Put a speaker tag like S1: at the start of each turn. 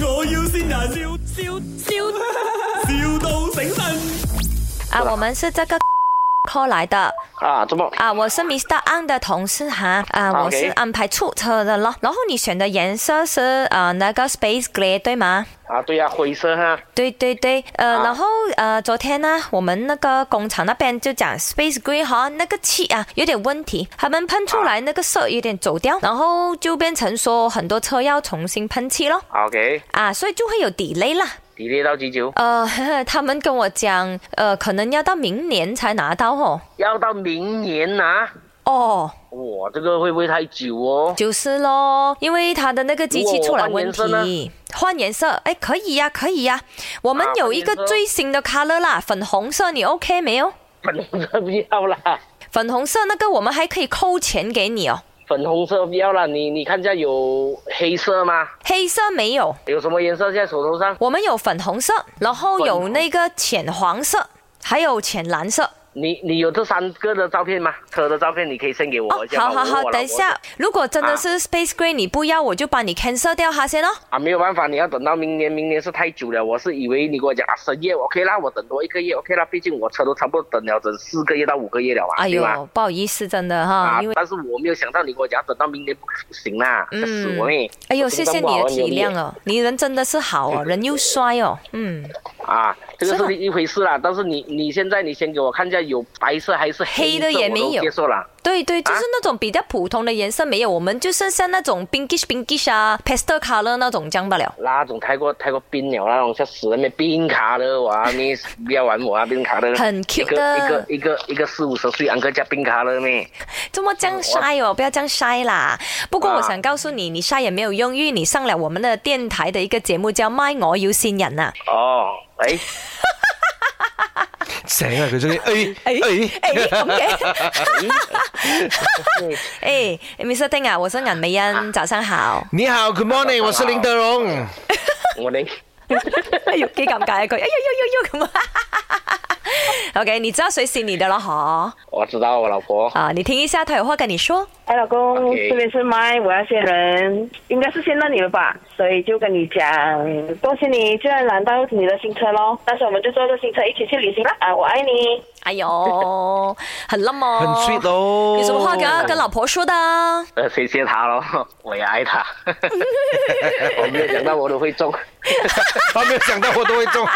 S1: 要先人，笑笑笑，,笑到醒神。
S2: 啊，我们是这个 call 来的
S3: 啊，这么
S2: 啊，我是 Mr. Ang 的同事哈，啊，
S3: OK
S2: 我是安排出车的咯。然后你选的颜色是呃那个 space grey 对吗？
S3: 啊，对呀、灰色哈，
S2: 对对对，呃，
S3: 啊
S2: 然后呃，昨天呢，我们那个工厂那边就讲 Space Grey 哈，那个漆啊有点问题，他们喷出
S3: 啊
S2: 来那个色有点走掉，然后就变成说很多车要重新喷漆咯，
S3: ，OK，
S2: 啊，所以就会有 delay 啦。
S3: 比例到几久？
S2: 呃， 他们跟我讲，呃，可能要到明年才拿到哦。
S3: 要到明年啊，
S2: 哦，
S3: 哇，这个会不会太久哦？
S2: 就是咯，因为他的那个机器出了问
S3: 如果我换
S2: 题。换颜色，哎，可以呀、可以呀、我们
S3: 啊
S2: 有一个
S3: 换颜色
S2: 最新的 color 啦，粉红色，你 OK 没有？
S3: 粉红色不要啦，
S2: 粉红色那个我们还可以扣钱给你哦，
S3: 粉红色不要啦，你你看一下有黑色吗？
S2: 黑色没有，
S3: 有什么颜色在手头上？
S2: 我们有粉红色，然后
S3: 粉红
S2: 有那个浅黄色，还有浅蓝色。
S3: 你你有这三个的照片吗？车的照片你可以先给我
S2: 哦
S3: 一，下
S2: 好
S3: 吧，
S2: 好
S3: 我
S2: 好，
S3: 我
S2: 等一下，如果真的
S3: 啊
S2: 是 Space Gray 你不要，我就帮你 cancel 掉它先哦。
S3: 啊，没有办法，你要等到明年，明年是太久了。我是以为你跟我讲啊，十月 OK 啦，我等多一个月 OK 啦，毕竟我车都差不多等了整四个月到五个月了嘛，啊
S2: 哎
S3: 对吧？
S2: 呦，不好意思，真的哈，
S3: 啊
S2: 因为，
S3: 但是我没有想到你跟我讲等到明年不行啦，吓死我嘞！
S2: 哎呦，
S3: 我
S2: 谢
S3: 心
S2: 谢
S3: 脏
S2: 你
S3: 不好
S2: 的
S3: 啊
S2: 体谅哦，你人真的是好 哦，人又帅哦，嗯，
S3: 啊，这个
S2: 是吗
S3: 是一回事啦。但是你你现在你先给我看一下有白色还是
S2: 黑
S3: 黑
S2: 的
S3: 色
S2: 也没有
S3: 我都接受了。
S2: 对对，就是
S3: 啊
S2: 那种比较普通的颜色没有，我们就剩下那种 pinkish pinkish 啊，pastel color 那种这样不了。
S3: 那种太过太过冰了，那种像死人的冰卡 的哇，你不要玩我啊，冰卡的，
S2: 很 cute
S3: 一个一个一个一个四五十岁安哥加冰卡的咩？
S2: 这么这样晒哦，不要这样晒啦。不过
S3: 啊
S2: 我想告诉你，你晒也没有用，因为你上了我们的电台的一个节目叫《麦我有新人》啊呐。
S3: 哦，哎，
S4: 醒啊！佢終於，哎哎，
S2: 哎，咁嘅， 哎，Mr. Ding 啊，我是颜美欣，早上好。
S4: 你好，Good morning，我是林德荣。
S3: 我的
S2: 哎呦，几尴尬一句，哎呦呦呦呦咁啊。OK，你知道谁是你的了哈？
S3: 我知道我老婆，
S2: 啊，你听一下，他有话跟你说。
S5: 哎，老公
S3: OK
S5: 这边是麦，我要见人，应该是见到你了吧，所以就跟你讲，恭喜你居然拿到你的新车喽！但是我们就坐着新车一起去旅行啦！啊，我爱你。
S2: 哎呦，很浪漫，
S4: 很 sweet 哦
S2: 有什么话跟 跟老婆说的啊？
S3: 呃，谢谢她咯， 我也 爱她，我没有想到我都会中。
S4: 我没有想到我都会中。